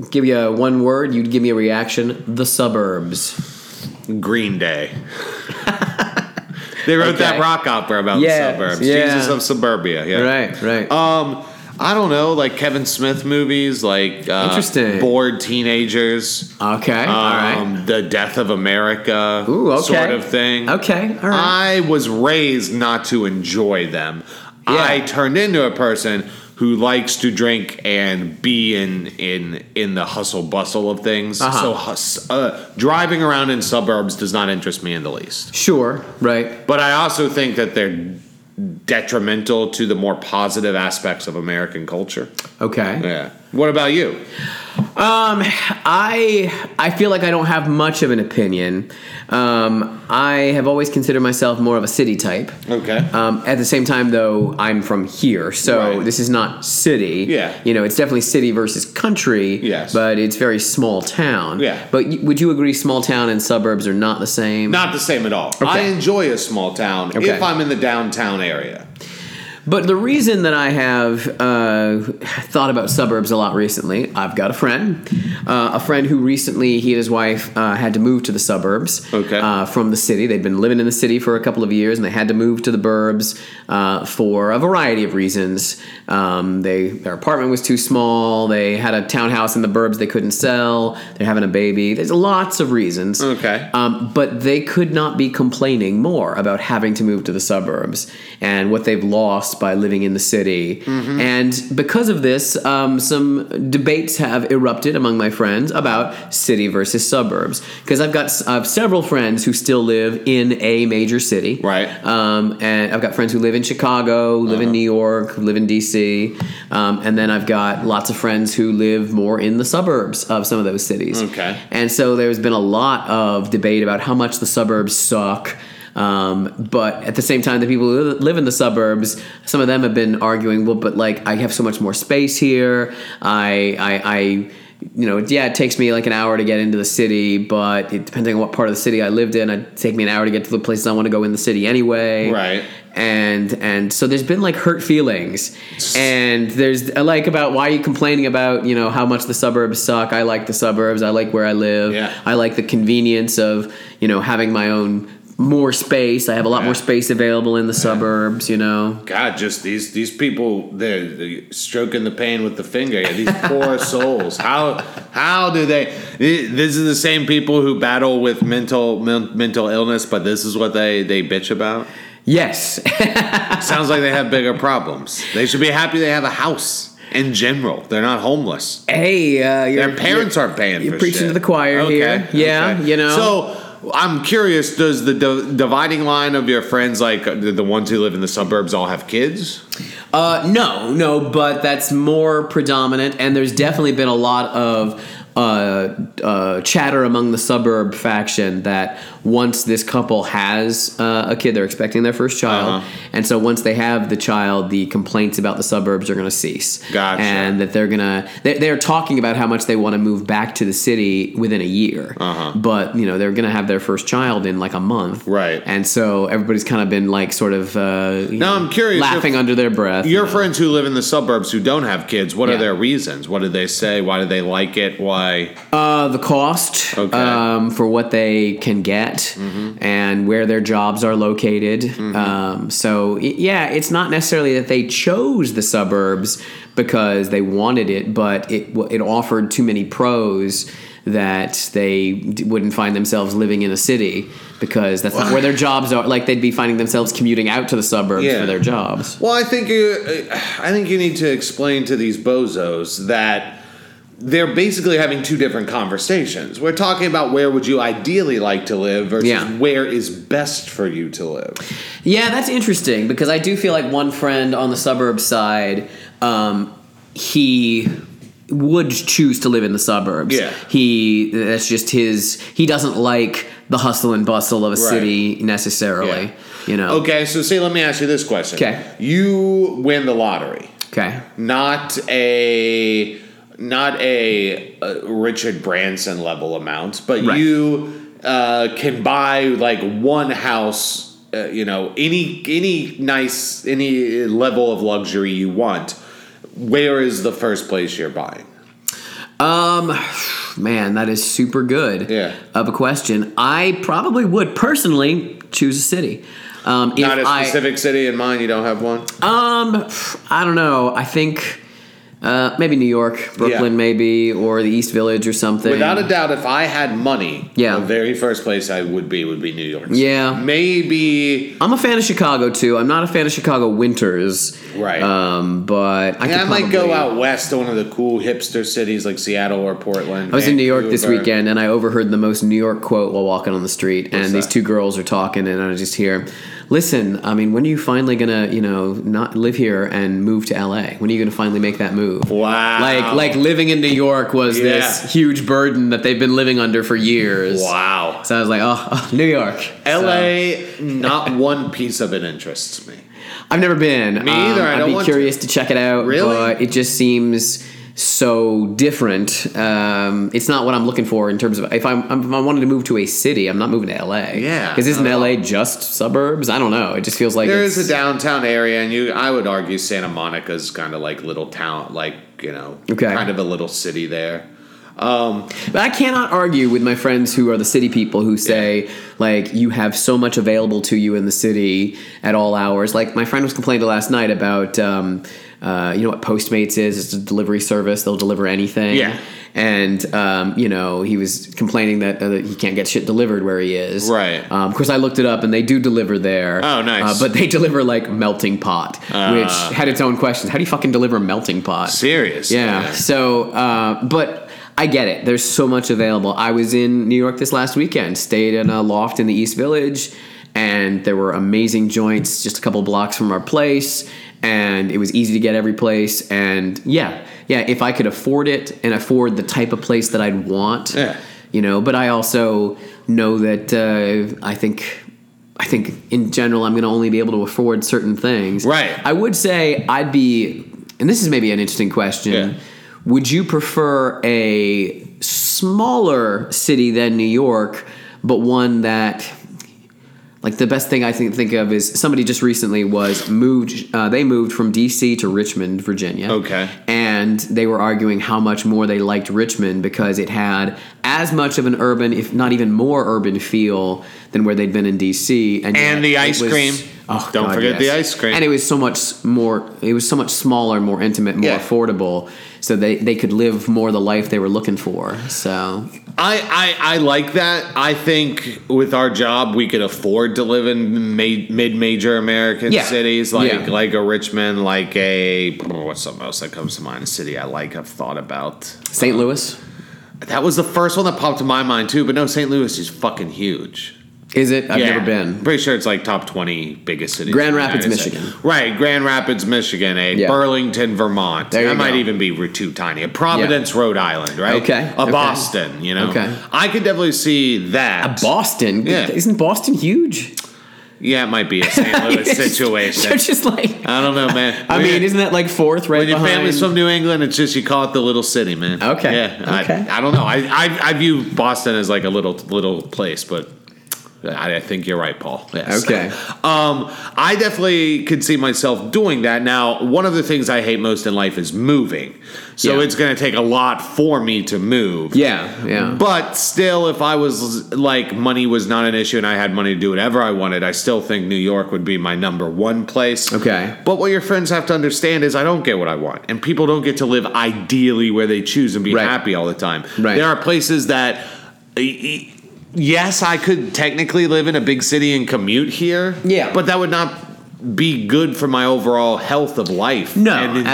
Speaker 2: give you a one word. You'd give me a reaction. The suburbs.
Speaker 1: Green Day. they wrote that
Speaker 2: Okay.
Speaker 1: rock opera about
Speaker 2: Yeah,
Speaker 1: the suburbs.
Speaker 2: yeah.
Speaker 1: Jesus of suburbia. Yeah.
Speaker 2: Right. Right.
Speaker 1: Um, I don't know, like Kevin Smith movies, like uh,
Speaker 2: Interesting.
Speaker 1: bored teenagers.
Speaker 2: okay. all right.
Speaker 1: um, the death of America
Speaker 2: Ooh. Okay.
Speaker 1: sort of thing.
Speaker 2: Okay. All right.
Speaker 1: I was raised not to enjoy them.
Speaker 2: Yeah.
Speaker 1: I turned into a person who likes to drink and be in in in the hustle bustle of things.
Speaker 2: Uh-huh.
Speaker 1: So hus- uh, driving around in suburbs does not interest me in the least.
Speaker 2: sure. Right.
Speaker 1: But I also think that they're detrimental to the more positive aspects of American culture.
Speaker 2: Okay.
Speaker 1: Yeah. What about you?
Speaker 2: Um, I I feel like I don't have much of an opinion. Um, I have always considered myself more of a city type.
Speaker 1: Okay.
Speaker 2: Um, at the same time, though, I'm from here, so
Speaker 1: Right.
Speaker 2: this is not city.
Speaker 1: Yeah.
Speaker 2: you know, it's definitely city versus country.
Speaker 1: Yes.
Speaker 2: but it's very small town.
Speaker 1: Yeah.
Speaker 2: but y- would you agree, small town and suburbs are not the same?
Speaker 1: Not the same at all. I enjoy a small town
Speaker 2: Okay.
Speaker 1: if I'm in the downtown area.
Speaker 2: But the reason that I have uh, thought about suburbs a lot recently, I've got a friend, uh, a friend who recently he and his wife uh, had to move to the suburbs
Speaker 1: Okay.
Speaker 2: uh, from the city. They'd been living in the city for a couple of years, and they had to move to the burbs uh, for a variety of reasons. Um, they their apartment was too small. They had a townhouse in the burbs they couldn't sell. They're having a baby. There's lots of reasons.
Speaker 1: Okay.
Speaker 2: Um, but they could not be complaining more about having to move to the suburbs and what they've lost by living in the city.
Speaker 1: Mm-hmm.
Speaker 2: And because of this, um, some debates have erupted among my friends about city versus suburbs. Because I've got s- I've several friends who still live in a major city.
Speaker 1: Right. Uh-huh.
Speaker 2: Um, and I've got friends who live in Chicago, who live in New York, who live in DC. Um, and then I've got lots of friends who live more in the suburbs of some of those cities.
Speaker 1: Okay.
Speaker 2: And so there's been a lot of debate about how much the suburbs suck. Um, but at the same time, the people who live in the suburbs, some of them have been arguing, well, but like I have so much more space here. I, I, I, you know, yeah, it takes me like an hour to get into the city, but it, depending on what part of the city I lived in, it'd take me an hour to get to the places I want to go in the city anyway
Speaker 1: Right.
Speaker 2: and and so there's been like hurt feelings and there's uh, like about why are you complaining about you know how much the suburbs suck i like the suburbs i like where i live
Speaker 1: Yeah.
Speaker 2: i like the convenience of you know having my own more space i have a lot
Speaker 1: Yeah.
Speaker 2: more space available in the suburbs you know
Speaker 1: God, just these these people they're, they're stroking the pain with the finger. Yeah, these poor souls. How how do they? This is the same people who battle with mental men, mental illness, but this is what they they bitch about.
Speaker 2: yes
Speaker 1: Sounds like they have bigger problems. They should be happy they have a house in general. They're not homeless.
Speaker 2: hey uh, you're,
Speaker 1: Their parents aren't paying.
Speaker 2: you're
Speaker 1: for
Speaker 2: preaching
Speaker 1: shit.
Speaker 2: to the choir here. Yeah, you know.
Speaker 1: So I'm curious: Does the di- dividing line of your friends, like the, the ones who live in the suburbs, all have kids?
Speaker 2: Uh, no, no, but that's more predominant, and there's definitely been a lot of uh, uh, chatter among the suburb faction that once this couple has uh, a kid, they're expecting their first child,
Speaker 1: Uh-huh.
Speaker 2: and so once they have the child, the complaints about the suburbs are going to cease.
Speaker 1: Gotcha.
Speaker 2: And that they're gonna they, they're talking about how much they want to move back to the city within a year.
Speaker 1: Uh-huh.
Speaker 2: But you know they're gonna have their first child in like a month.
Speaker 1: Right.
Speaker 2: And so everybody's kind of been like sort of uh, you
Speaker 1: Now I'm curious
Speaker 2: laughing
Speaker 1: if-
Speaker 2: under their breath.
Speaker 1: Your
Speaker 2: you know.
Speaker 1: friends who live in the suburbs who don't have kids, what are
Speaker 2: Yeah.
Speaker 1: their reasons? What do they say? Why do they like it? Why?
Speaker 2: Uh, the cost
Speaker 1: Okay. Mm-hmm.
Speaker 2: um, for what they can get and where their jobs are located. Um, so, i- yeah, it's not necessarily that they chose the suburbs because they wanted it, but it, w- it offered too many pros that they d- wouldn't find themselves living in a city because that's not where their jobs are. Like, they'd be finding themselves commuting out to the suburbs
Speaker 1: Yeah.
Speaker 2: for their jobs.
Speaker 1: Well, I think you, I think you need to explain to these bozos that they're basically having two different conversations. We're talking about where would you ideally like to live versus
Speaker 2: Yeah.
Speaker 1: where is best for you to live.
Speaker 2: Yeah, that's interesting because I do feel like one friend on the suburb side, um, he would choose to live in the suburbs.
Speaker 1: Yeah.
Speaker 2: He that's just his he doesn't like the hustle and bustle of a city necessarily.
Speaker 1: Yeah.
Speaker 2: You know.
Speaker 1: Okay, so say, let me ask you this question.
Speaker 2: 'Kay.
Speaker 1: you win the lottery,
Speaker 2: Okay.
Speaker 1: not a not a uh, Richard Branson level amount, but
Speaker 2: Right.
Speaker 1: you uh, can buy like one house. Uh, you know any any nice any level of luxury you want. Where is the first place you're buying?
Speaker 2: Um man, that is super good
Speaker 1: Yeah.
Speaker 2: of a question. I probably would personally choose a city. Um, if
Speaker 1: Not a
Speaker 2: I-
Speaker 1: specific city in mind. You don't have one.
Speaker 2: Um, I don't know. I think uh, maybe New York, Brooklyn,
Speaker 1: Yeah.
Speaker 2: maybe, or the East Village or something.
Speaker 1: Without a doubt, if I had money,
Speaker 2: Yeah.
Speaker 1: the very first place I would be would be New York.
Speaker 2: Yeah.
Speaker 1: maybe
Speaker 2: I'm a fan of Chicago too. I'm not a fan of Chicago winters,
Speaker 1: Right.
Speaker 2: Um, but I,
Speaker 1: Yeah,
Speaker 2: could
Speaker 1: I might go
Speaker 2: probably-
Speaker 1: out west to one of the cool hipster cities like Seattle or Portland.
Speaker 2: I was in New York this
Speaker 1: Vancouver.
Speaker 2: weekend, and I overheard the most New York quote while walking on the street. and these
Speaker 1: that?
Speaker 2: two girls are talking, and I just hear, "Listen, I mean, when are you finally gonna, you know, not live here and move to L.A.? When are you gonna finally make that move?"
Speaker 1: Wow.
Speaker 2: Like, like living in New York was
Speaker 1: Yeah.
Speaker 2: this huge burden that they've been living under for years.
Speaker 1: Wow.
Speaker 2: So I was like, oh, oh, New York. So,
Speaker 1: LA, not one piece of it interests me.
Speaker 2: I've never been. Me
Speaker 1: either, I
Speaker 2: I'd
Speaker 1: don't
Speaker 2: be
Speaker 1: want
Speaker 2: curious to. check it out.
Speaker 1: Really?
Speaker 2: But it just seems so different. Um, it's not what I'm looking for in terms of if I'm, I'm if I wanted to move to a city, I'm not moving to LA.
Speaker 1: Yeah,
Speaker 2: Because isn't
Speaker 1: not at
Speaker 2: LA just suburbs? I don't know. It just feels like
Speaker 1: There
Speaker 2: it's,
Speaker 1: is a downtown area, and you, I would argue Santa Monica's kind of like little town, like you know,
Speaker 2: Okay.
Speaker 1: kind of a little city there.
Speaker 2: But I cannot argue with my friends who are the city people who say like you have so much available to you in the city at all hours. Like my friend was complaining last night about um, uh, you know what Postmates is? It's a delivery service. They'll deliver anything.
Speaker 1: Yeah.
Speaker 2: And um, you know he was complaining that, uh, that he can't get shit delivered where he is.
Speaker 1: Right.
Speaker 2: Um, of course, I looked it up and they do deliver there.
Speaker 1: Oh, nice.
Speaker 2: Uh, but they deliver like melting pot,
Speaker 1: Ah.
Speaker 2: which had its own questions. How do you fucking deliver melting pot?
Speaker 1: Serious,
Speaker 2: Yeah. So, uh, but I get it. There's so much available. I was in New York this last weekend. Stayed in a loft in the East Village, and there were amazing joints just a couple blocks from our place. And it was easy to get every place. And yeah, yeah. If I could afford it and afford the type of place that I'd want,
Speaker 1: Yeah.
Speaker 2: you know. But I also know that uh, I think. I think in general, I'm going to only be able to afford certain things.
Speaker 1: Right.
Speaker 2: I would say I'd be, and this is maybe an interesting question.
Speaker 1: Yeah.
Speaker 2: Would you prefer a smaller city than New York, but one that, like, the best thing I think think of is somebody just recently was moved. Uh, they moved from D.C. to Richmond, Virginia.
Speaker 1: Okay.
Speaker 2: And they were arguing how much more they liked Richmond because it had as much of an urban, if not even more urban feel than where they'd been in D.C.
Speaker 1: And
Speaker 2: yet
Speaker 1: the
Speaker 2: it
Speaker 1: ice
Speaker 2: was-
Speaker 1: cream.
Speaker 2: Oh,
Speaker 1: Don't
Speaker 2: God,
Speaker 1: forget the
Speaker 2: yes.
Speaker 1: ice cream.
Speaker 2: And it was so much more. It was so much smaller, more intimate, more
Speaker 1: Yeah.
Speaker 2: affordable, so they they could live more the life they were looking for. So
Speaker 1: I, I I like that. I think with our job, we could afford to live in ma- mid-major American
Speaker 2: Yeah.
Speaker 1: cities like
Speaker 2: Yeah.
Speaker 1: like a Richmond, like a what's something else that comes to mind? A city I like. I've thought about.
Speaker 2: St. Louis.
Speaker 1: That was the first one that popped to my mind too. But no, St. Louis is fucking huge.
Speaker 2: Is it? I've never been.
Speaker 1: Pretty sure it's like top twenty biggest cities.
Speaker 2: Grand
Speaker 1: in the
Speaker 2: Rapids,
Speaker 1: United
Speaker 2: Michigan.
Speaker 1: States. Right, Grand Rapids, Michigan. A
Speaker 2: Yeah.
Speaker 1: Burlington, Vermont.
Speaker 2: There you
Speaker 1: that might
Speaker 2: go.
Speaker 1: even be re- too tiny. A Providence, Rhode Island. Right.
Speaker 2: Okay,
Speaker 1: A
Speaker 2: okay.
Speaker 1: Boston. You know.
Speaker 2: Okay.
Speaker 1: I could definitely see that.
Speaker 2: Boston.
Speaker 1: Yeah.
Speaker 2: Isn't Boston huge?
Speaker 1: yeah, it might be a St. Louis
Speaker 2: They're
Speaker 1: situation.
Speaker 2: just like.
Speaker 1: I don't know, man.
Speaker 2: I
Speaker 1: When
Speaker 2: mean,
Speaker 1: you-
Speaker 2: isn't that like fourth right
Speaker 1: when your
Speaker 2: behind?
Speaker 1: family's from New England, it's just you call it the little city, man.
Speaker 2: Okay,
Speaker 1: Yeah.
Speaker 2: okay.
Speaker 1: I, I don't know. I, I I view Boston as like a little little place, but. I I think you're right, Paul. Yes.
Speaker 2: Okay.
Speaker 1: Um, I definitely could see myself doing that. Now, one of the things I hate most in life is moving. So
Speaker 2: Yeah.
Speaker 1: it's going to take a lot for me to move.
Speaker 2: yeah, yeah.
Speaker 1: But still, if I was like money was not an issue and I had money to do whatever I wanted, I still think New York would be my number one place.
Speaker 2: Okay.
Speaker 1: But what your friends have to understand is I don't get what I want. And people don't get to live ideally where they choose and be
Speaker 2: Right.
Speaker 1: happy all the time.
Speaker 2: Right.
Speaker 1: There are places that. e- e- Yes, I could technically live in a big city and commute here.
Speaker 2: Yeah.
Speaker 1: But that would not be good for my overall health of life
Speaker 2: No,
Speaker 1: and enjoyment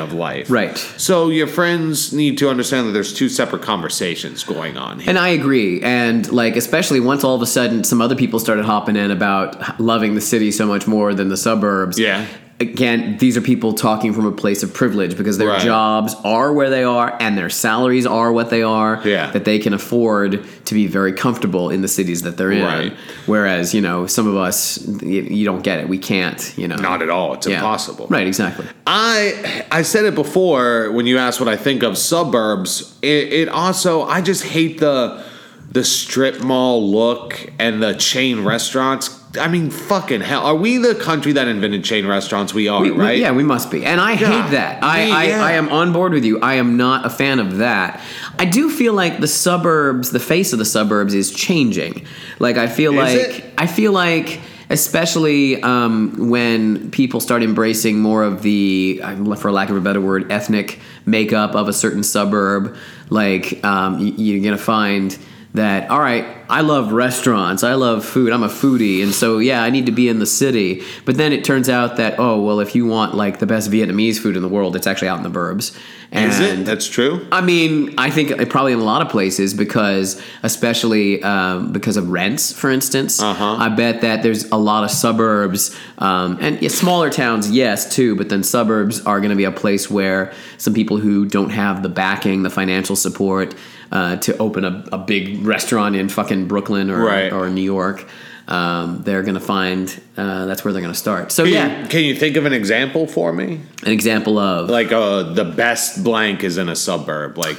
Speaker 2: absolutely.
Speaker 1: of life.
Speaker 2: Right.
Speaker 1: So your friends need to understand that there's two separate conversations going on here.
Speaker 2: And I agree. And like, especially once all of a sudden some other people started hopping in about h- loving the city so much more than the suburbs.
Speaker 1: Yeah.
Speaker 2: Again, these are people talking from a place of privilege because their
Speaker 1: Right.
Speaker 2: jobs are where they are and their salaries are what they are.
Speaker 1: Yeah.
Speaker 2: That they can afford to be very comfortable in the cities that they're in.
Speaker 1: Right.
Speaker 2: Whereas, you know, some of us, you, you don't get it. We can't, you know.
Speaker 1: Not at all. It's
Speaker 2: Yeah.
Speaker 1: impossible.
Speaker 2: Right, exactly.
Speaker 1: I I said it before when you asked what I think of suburbs. It, it also I just hate the the strip mall look and the chain restaurants. I mean, fucking hell, are we the country that invented chain restaurants? We are,
Speaker 2: We- we-
Speaker 1: right?
Speaker 2: yeah, we must be. And I
Speaker 1: God,
Speaker 2: hate that. I,
Speaker 1: me,
Speaker 2: I,
Speaker 1: yeah.
Speaker 2: I am on board with you. I am not a fan of that. I do feel like the suburbs, the face of the suburbs is changing. Like I feel
Speaker 1: Is
Speaker 2: like
Speaker 1: it?
Speaker 2: I feel like especially um, when people start embracing more of the I'm- for lack of a better word ethnic makeup of a certain suburb like um, y- you're gonna find that all right i love restaurants i love food i'm a foodie and so yeah i need to be in the city but then it turns out that oh well if you want like the best vietnamese food in the world it's actually out in the burbs and
Speaker 1: Is it? That's true.
Speaker 2: I mean, I think it probably in a lot of places because, especially um, because of rents, for instance.
Speaker 1: Uh-huh.
Speaker 2: I bet that there's a lot of suburbs um, and yeah, smaller towns, yes, too. But then suburbs are going to be a place where some people who don't have the backing, the financial support uh, to open a, a big restaurant in fucking Brooklyn or
Speaker 1: Right.
Speaker 2: or New York, um, they're going to find uh, that's where they're going to start. So
Speaker 1: Can
Speaker 2: yeah,
Speaker 1: you, can you think of an example for me?
Speaker 2: an example of
Speaker 1: Like uh, the best blank is in a suburb. Like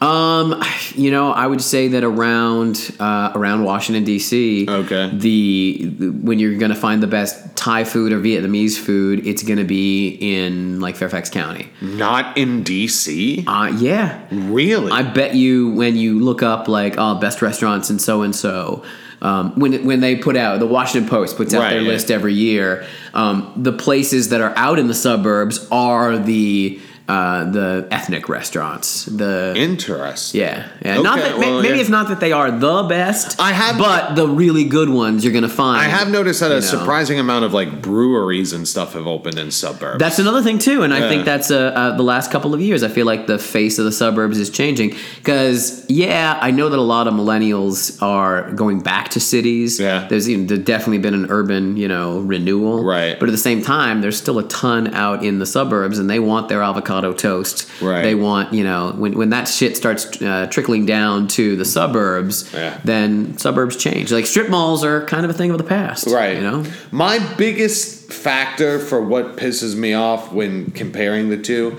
Speaker 2: Um, you know, I would say that around uh, around Washington D.C.
Speaker 1: Okay.
Speaker 2: The, the- when you're going to find the best Thai food or Vietnamese food, it's going to be in like Fairfax County.
Speaker 1: Mm. not in DC.
Speaker 2: Uh, yeah,
Speaker 1: Mm. Really?
Speaker 2: I bet you when you look up like oh, best restaurants and so and so. Um, when when they put out the Washington Post puts out
Speaker 1: Right,
Speaker 2: their
Speaker 1: yeah.
Speaker 2: list every year, um, the places that are out in the suburbs are the uh, the ethnic restaurants, the
Speaker 1: Interesting.
Speaker 2: yeah, yeah. not
Speaker 1: Okay,
Speaker 2: that, may-
Speaker 1: well,
Speaker 2: maybe
Speaker 1: yeah.
Speaker 2: it's not that they are the best.
Speaker 1: I have-
Speaker 2: but the really good ones you're gonna find.
Speaker 1: I have noticed that a
Speaker 2: you know.
Speaker 1: surprising amount of like breweries and stuff have opened in suburbs.
Speaker 2: That's another thing too, and I
Speaker 1: Yeah.
Speaker 2: think that's uh, uh, the last couple of years. I feel like the face of the suburbs is changing because yeah, I know that a lot of millennials are going back to cities.
Speaker 1: Yeah.
Speaker 2: there's you know, there's definitely been an urban you know renewal.
Speaker 1: Right.
Speaker 2: but at the same time, there's still a ton out in the suburbs, and they want their avocado toast.
Speaker 1: Right.
Speaker 2: they want you know when when that shit starts uh, trickling down to the suburbs,
Speaker 1: Yeah.
Speaker 2: then suburbs change. Like strip malls are kind of a thing of the past.
Speaker 1: right.
Speaker 2: you know.
Speaker 1: my biggest factor for what pisses me off when comparing the two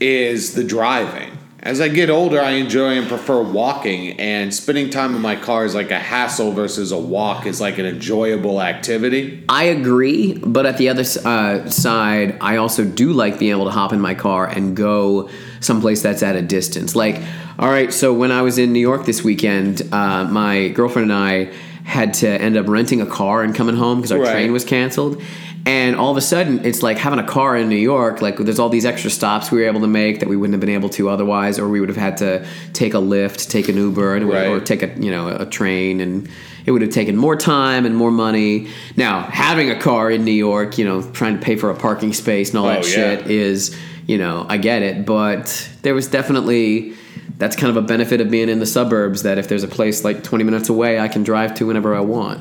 Speaker 1: is the driving. As I get older, I enjoy and prefer walking, and spending time in my car is like a hassle versus a walk is like an enjoyable activity.
Speaker 2: I agree, but at the other uh, side, I also do like being able to hop in my car and go someplace that's at a distance. Like, all right, so when I was in New York this weekend, uh, my girlfriend and I had to end up renting a car and coming home because our
Speaker 1: Right.
Speaker 2: train was canceled. And all of a sudden, it's like having a car in New York. Like, there's all these extra stops we were able to make that we wouldn't have been able to otherwise, or we would have had to take a Lyft, take an Uber, and
Speaker 1: Right.
Speaker 2: or take a you know a train and it would have taken more time and more money now having a car in new york you know trying to pay for a parking space and all
Speaker 1: Oh,
Speaker 2: that
Speaker 1: yeah.
Speaker 2: shit is you know i get it but there was definitely that's kind of a benefit of being in the suburbs that if there's a place like 20 minutes away, I can drive to whenever I want.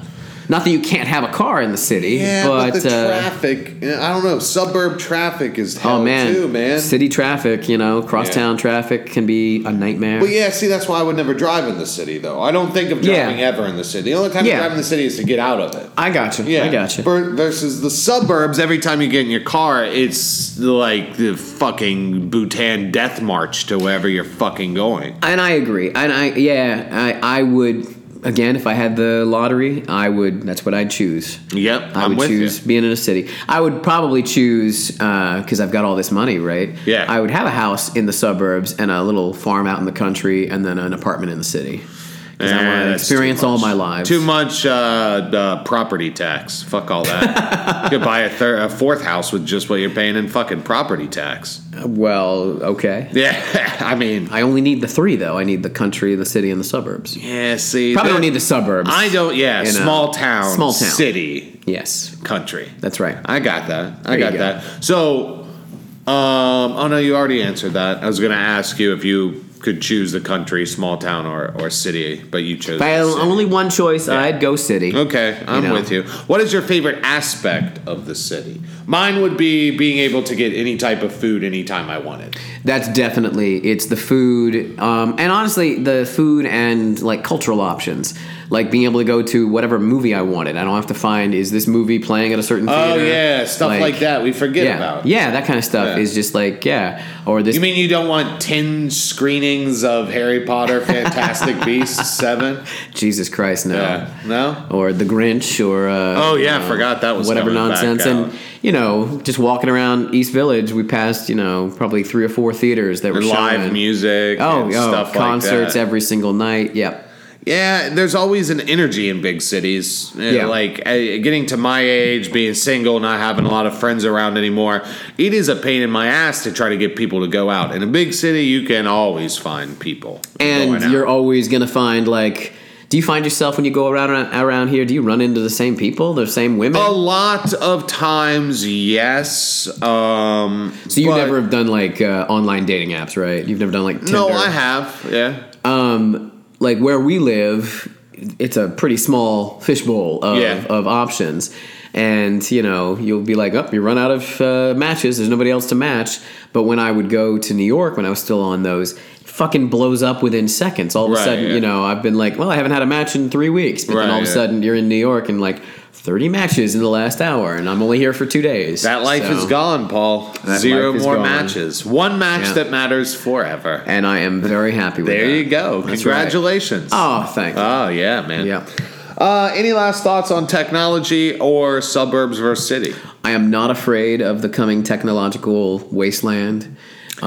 Speaker 2: Not that you can't have a car in the city,
Speaker 1: Yeah,
Speaker 2: but,
Speaker 1: but, the
Speaker 2: uh,
Speaker 1: traffic. eh, I don't know. Suburb traffic is hell
Speaker 2: oh man,
Speaker 1: too, man.
Speaker 2: city traffic, you know, crosstown traffic can be a nightmare.
Speaker 1: But yeah, see, that's why I would never drive in the city, though. I don't think of
Speaker 2: Yeah.
Speaker 1: driving ever in the city. The only time
Speaker 2: Yeah.
Speaker 1: you drive in the city is to get out of it.
Speaker 2: I got you.
Speaker 1: Yeah,
Speaker 2: I got you.
Speaker 1: Ver- versus the suburbs, every time you get in your car, it's like the fucking Bhutan death march to wherever you're fucking going.
Speaker 2: And I agree. And I yeah, I, I would again if I had the lottery, I would that's what I'd choose.
Speaker 1: Yep,
Speaker 2: I
Speaker 1: I'm
Speaker 2: would
Speaker 1: with you.
Speaker 2: choose being in a city. I would probably choose because I've got all this money, right?
Speaker 1: Yeah.
Speaker 2: I would have a house in the suburbs and a little farm out in the country, and then an apartment in the city. 'Cause I
Speaker 1: Eh,
Speaker 2: want to
Speaker 1: that's too
Speaker 2: experience all
Speaker 1: much.
Speaker 2: my lives.
Speaker 1: Too much uh, uh, property tax. Fuck all that. you could buy a, thir- a fourth house with just what you're paying in fucking property tax.
Speaker 2: Well, okay.
Speaker 1: Yeah, I mean,
Speaker 2: I only need the three though. I need the country, the city, and the suburbs.
Speaker 1: yeah. See,
Speaker 2: Probably don't
Speaker 1: that-
Speaker 2: need the suburbs.
Speaker 1: I don't. Yeah,
Speaker 2: You know,
Speaker 1: small town,
Speaker 2: small town.
Speaker 1: city,
Speaker 2: Yes,
Speaker 1: country.
Speaker 2: that's right.
Speaker 1: I got that. I
Speaker 2: There you
Speaker 1: got
Speaker 2: go.
Speaker 1: that. So, um, oh no, you already answered that. I was going to ask you if you could choose the country, small town, or, or city, but you chose.
Speaker 2: If I had
Speaker 1: the city.
Speaker 2: only one choice, I'd go city.
Speaker 1: Okay, I'm
Speaker 2: know.
Speaker 1: with you. What is your favorite aspect of the city? Mine would be being able to get any type of food anytime I wanted.
Speaker 2: That's definitely it's the food, um, and honestly, the food and like cultural options, like being able to go to whatever movie I wanted. I don't have to find is this movie playing at a certain.
Speaker 1: Oh
Speaker 2: theater?
Speaker 1: yeah, stuff like, that we forget
Speaker 2: Yeah,
Speaker 1: about.
Speaker 2: yeah, that kind of stuff
Speaker 1: Yeah.
Speaker 2: is just like yeah, or this.
Speaker 1: You mean you don't want ten screenings of Harry Potter, Fantastic Beasts, Seven?
Speaker 2: Jesus Christ, no.
Speaker 1: Yeah, no.
Speaker 2: Or The Grinch, or uh,
Speaker 1: Oh,
Speaker 2: you
Speaker 1: yeah, I forgot that was
Speaker 2: whatever
Speaker 1: coming back
Speaker 2: nonsense.
Speaker 1: out.
Speaker 2: And you know, just walking around East Village, we passed you know probably three or four theaters that were
Speaker 1: live
Speaker 2: showing-
Speaker 1: music.
Speaker 2: Oh,
Speaker 1: and
Speaker 2: oh,
Speaker 1: stuff
Speaker 2: concerts
Speaker 1: like that.
Speaker 2: every single night. Yep.
Speaker 1: yeah, there's always an energy in big cities. Uh,
Speaker 2: Yeah.
Speaker 1: Like uh, getting to my age, being single, not having a lot of friends around anymore, it is a pain in my ass to try to get people to go out. In a big city, you can always find people.
Speaker 2: and
Speaker 1: going out.
Speaker 2: you're always gonna find like do you find yourself when you go around around here do you run into the same people the same women
Speaker 1: a lot of times, yes. Um,
Speaker 2: so you
Speaker 1: but-
Speaker 2: never have done like uh, online dating apps right you've never done like Tinder.
Speaker 1: No, I have. Yeah.
Speaker 2: um like where we live it's a pretty small fishbowl of,
Speaker 1: Yeah.
Speaker 2: of options and you know you'll be like oh you run out of uh, matches there's nobody else to match but when i would go to new york when i was still on those it fucking blows up within seconds all of
Speaker 1: Right,
Speaker 2: a sudden
Speaker 1: yeah.
Speaker 2: you know i've been like well i haven't had a match in three weeks but
Speaker 1: Right,
Speaker 2: then all of a
Speaker 1: yeah.
Speaker 2: sudden you're in new york and like 30 matches in the last hour and i'm only here for two days
Speaker 1: That life
Speaker 2: So-
Speaker 1: is gone, Paul.
Speaker 2: That
Speaker 1: Zero
Speaker 2: life is
Speaker 1: more
Speaker 2: gone.
Speaker 1: matches. One match
Speaker 2: Yeah.
Speaker 1: that matters forever.
Speaker 2: and i am very happy with
Speaker 1: There
Speaker 2: that.
Speaker 1: you go.
Speaker 2: That's right.
Speaker 1: Congratulations.
Speaker 2: oh thanks
Speaker 1: Oh, yeah, man.
Speaker 2: yeah
Speaker 1: Uh, any last thoughts on technology or suburbs versus city?
Speaker 2: I am not afraid of the coming technological wasteland.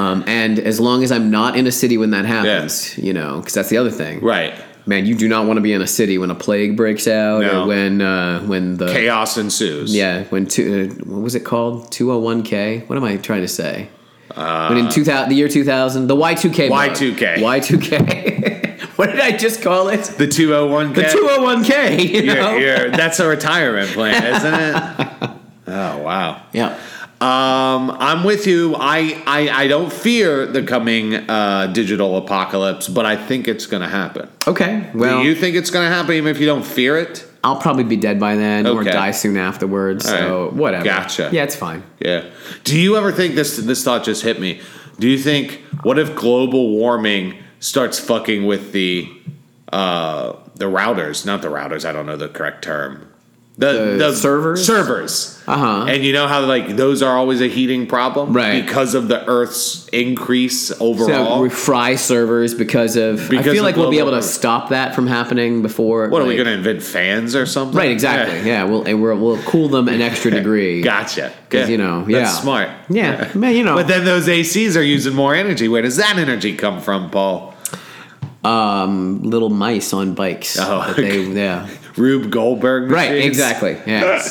Speaker 2: Um, and as long as I'm not in a city when that happens, you know, because that's the other thing.
Speaker 1: Right.
Speaker 2: Man, you do not want to be in a city when a plague breaks out
Speaker 1: No.
Speaker 2: or when uh, when the
Speaker 1: Chaos ensues.
Speaker 2: yeah when two, uh, what was it called 201k? What am I trying to say? Uh, when in 2000 the year 2000 the Y2K bug.
Speaker 1: Y2K.
Speaker 2: Y2K. what did I just call it?
Speaker 1: The 201
Speaker 2: The 201k. You know?
Speaker 1: that's a retirement plan, isn't it? oh, wow.
Speaker 2: Yeah.
Speaker 1: Um, I'm with you. I, I, I don't fear the coming uh, digital apocalypse, but I think it's going to happen.
Speaker 2: Okay. Well,
Speaker 1: Do you think it's going to happen even if you don't fear it?
Speaker 2: I'll probably be dead by then or
Speaker 1: Okay.
Speaker 2: die soon afterwards.
Speaker 1: All right.
Speaker 2: So whatever.
Speaker 1: Gotcha.
Speaker 2: Yeah, it's fine.
Speaker 1: Yeah. Do you ever think this? This thought just hit me. Do you think what if global warming starts fucking with the uh, the routers? Not the routers. I don't know the correct term. The,
Speaker 2: The servers?
Speaker 1: Servers.
Speaker 2: Uh-huh.
Speaker 1: And you know how like those are always a heating problem,
Speaker 2: Right.
Speaker 1: Because of the Earth's increase
Speaker 2: So
Speaker 1: overall.
Speaker 2: we fry servers because of.
Speaker 1: Because
Speaker 2: I feel
Speaker 1: of
Speaker 2: like we'll be able
Speaker 1: global warming.
Speaker 2: to stop that from happening before.
Speaker 1: what are we
Speaker 2: like-
Speaker 1: going to invent fans or something?
Speaker 2: Right. Exactly.
Speaker 1: Yeah.
Speaker 2: Yeah. we'll and we're, we'll cool them an extra degree.
Speaker 1: Gotcha.
Speaker 2: 'Cause, you know, yeah.
Speaker 1: That's smart.
Speaker 2: Yeah. Man, you know.
Speaker 1: But then those ACs are using more energy. Where does that energy come from, Paul?
Speaker 2: um, little mice on bikes.
Speaker 1: Oh,
Speaker 2: that they- yeah.
Speaker 1: Rube Goldberg.
Speaker 2: Right.
Speaker 1: machines?
Speaker 2: Exactly. Yeah.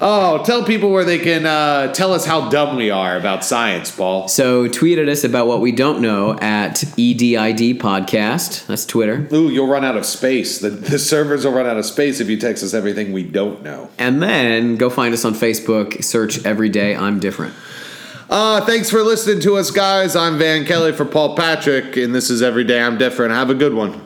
Speaker 1: Oh, tell people where they can uh, tell us how dumb we are about science, Paul.
Speaker 2: so tweet at us about what we don't know at E edid podcast. That's Twitter.
Speaker 1: Ooh, you'll run out of space. The, the servers will run out of space if you text us everything we don't know.
Speaker 2: And then go find us on Facebook. Search every day. I'm different.
Speaker 1: Uh, thanks for listening to us, guys. I'm Van Kelly for Paul Patrick, and this is Every Day I'm Different. Have a good one.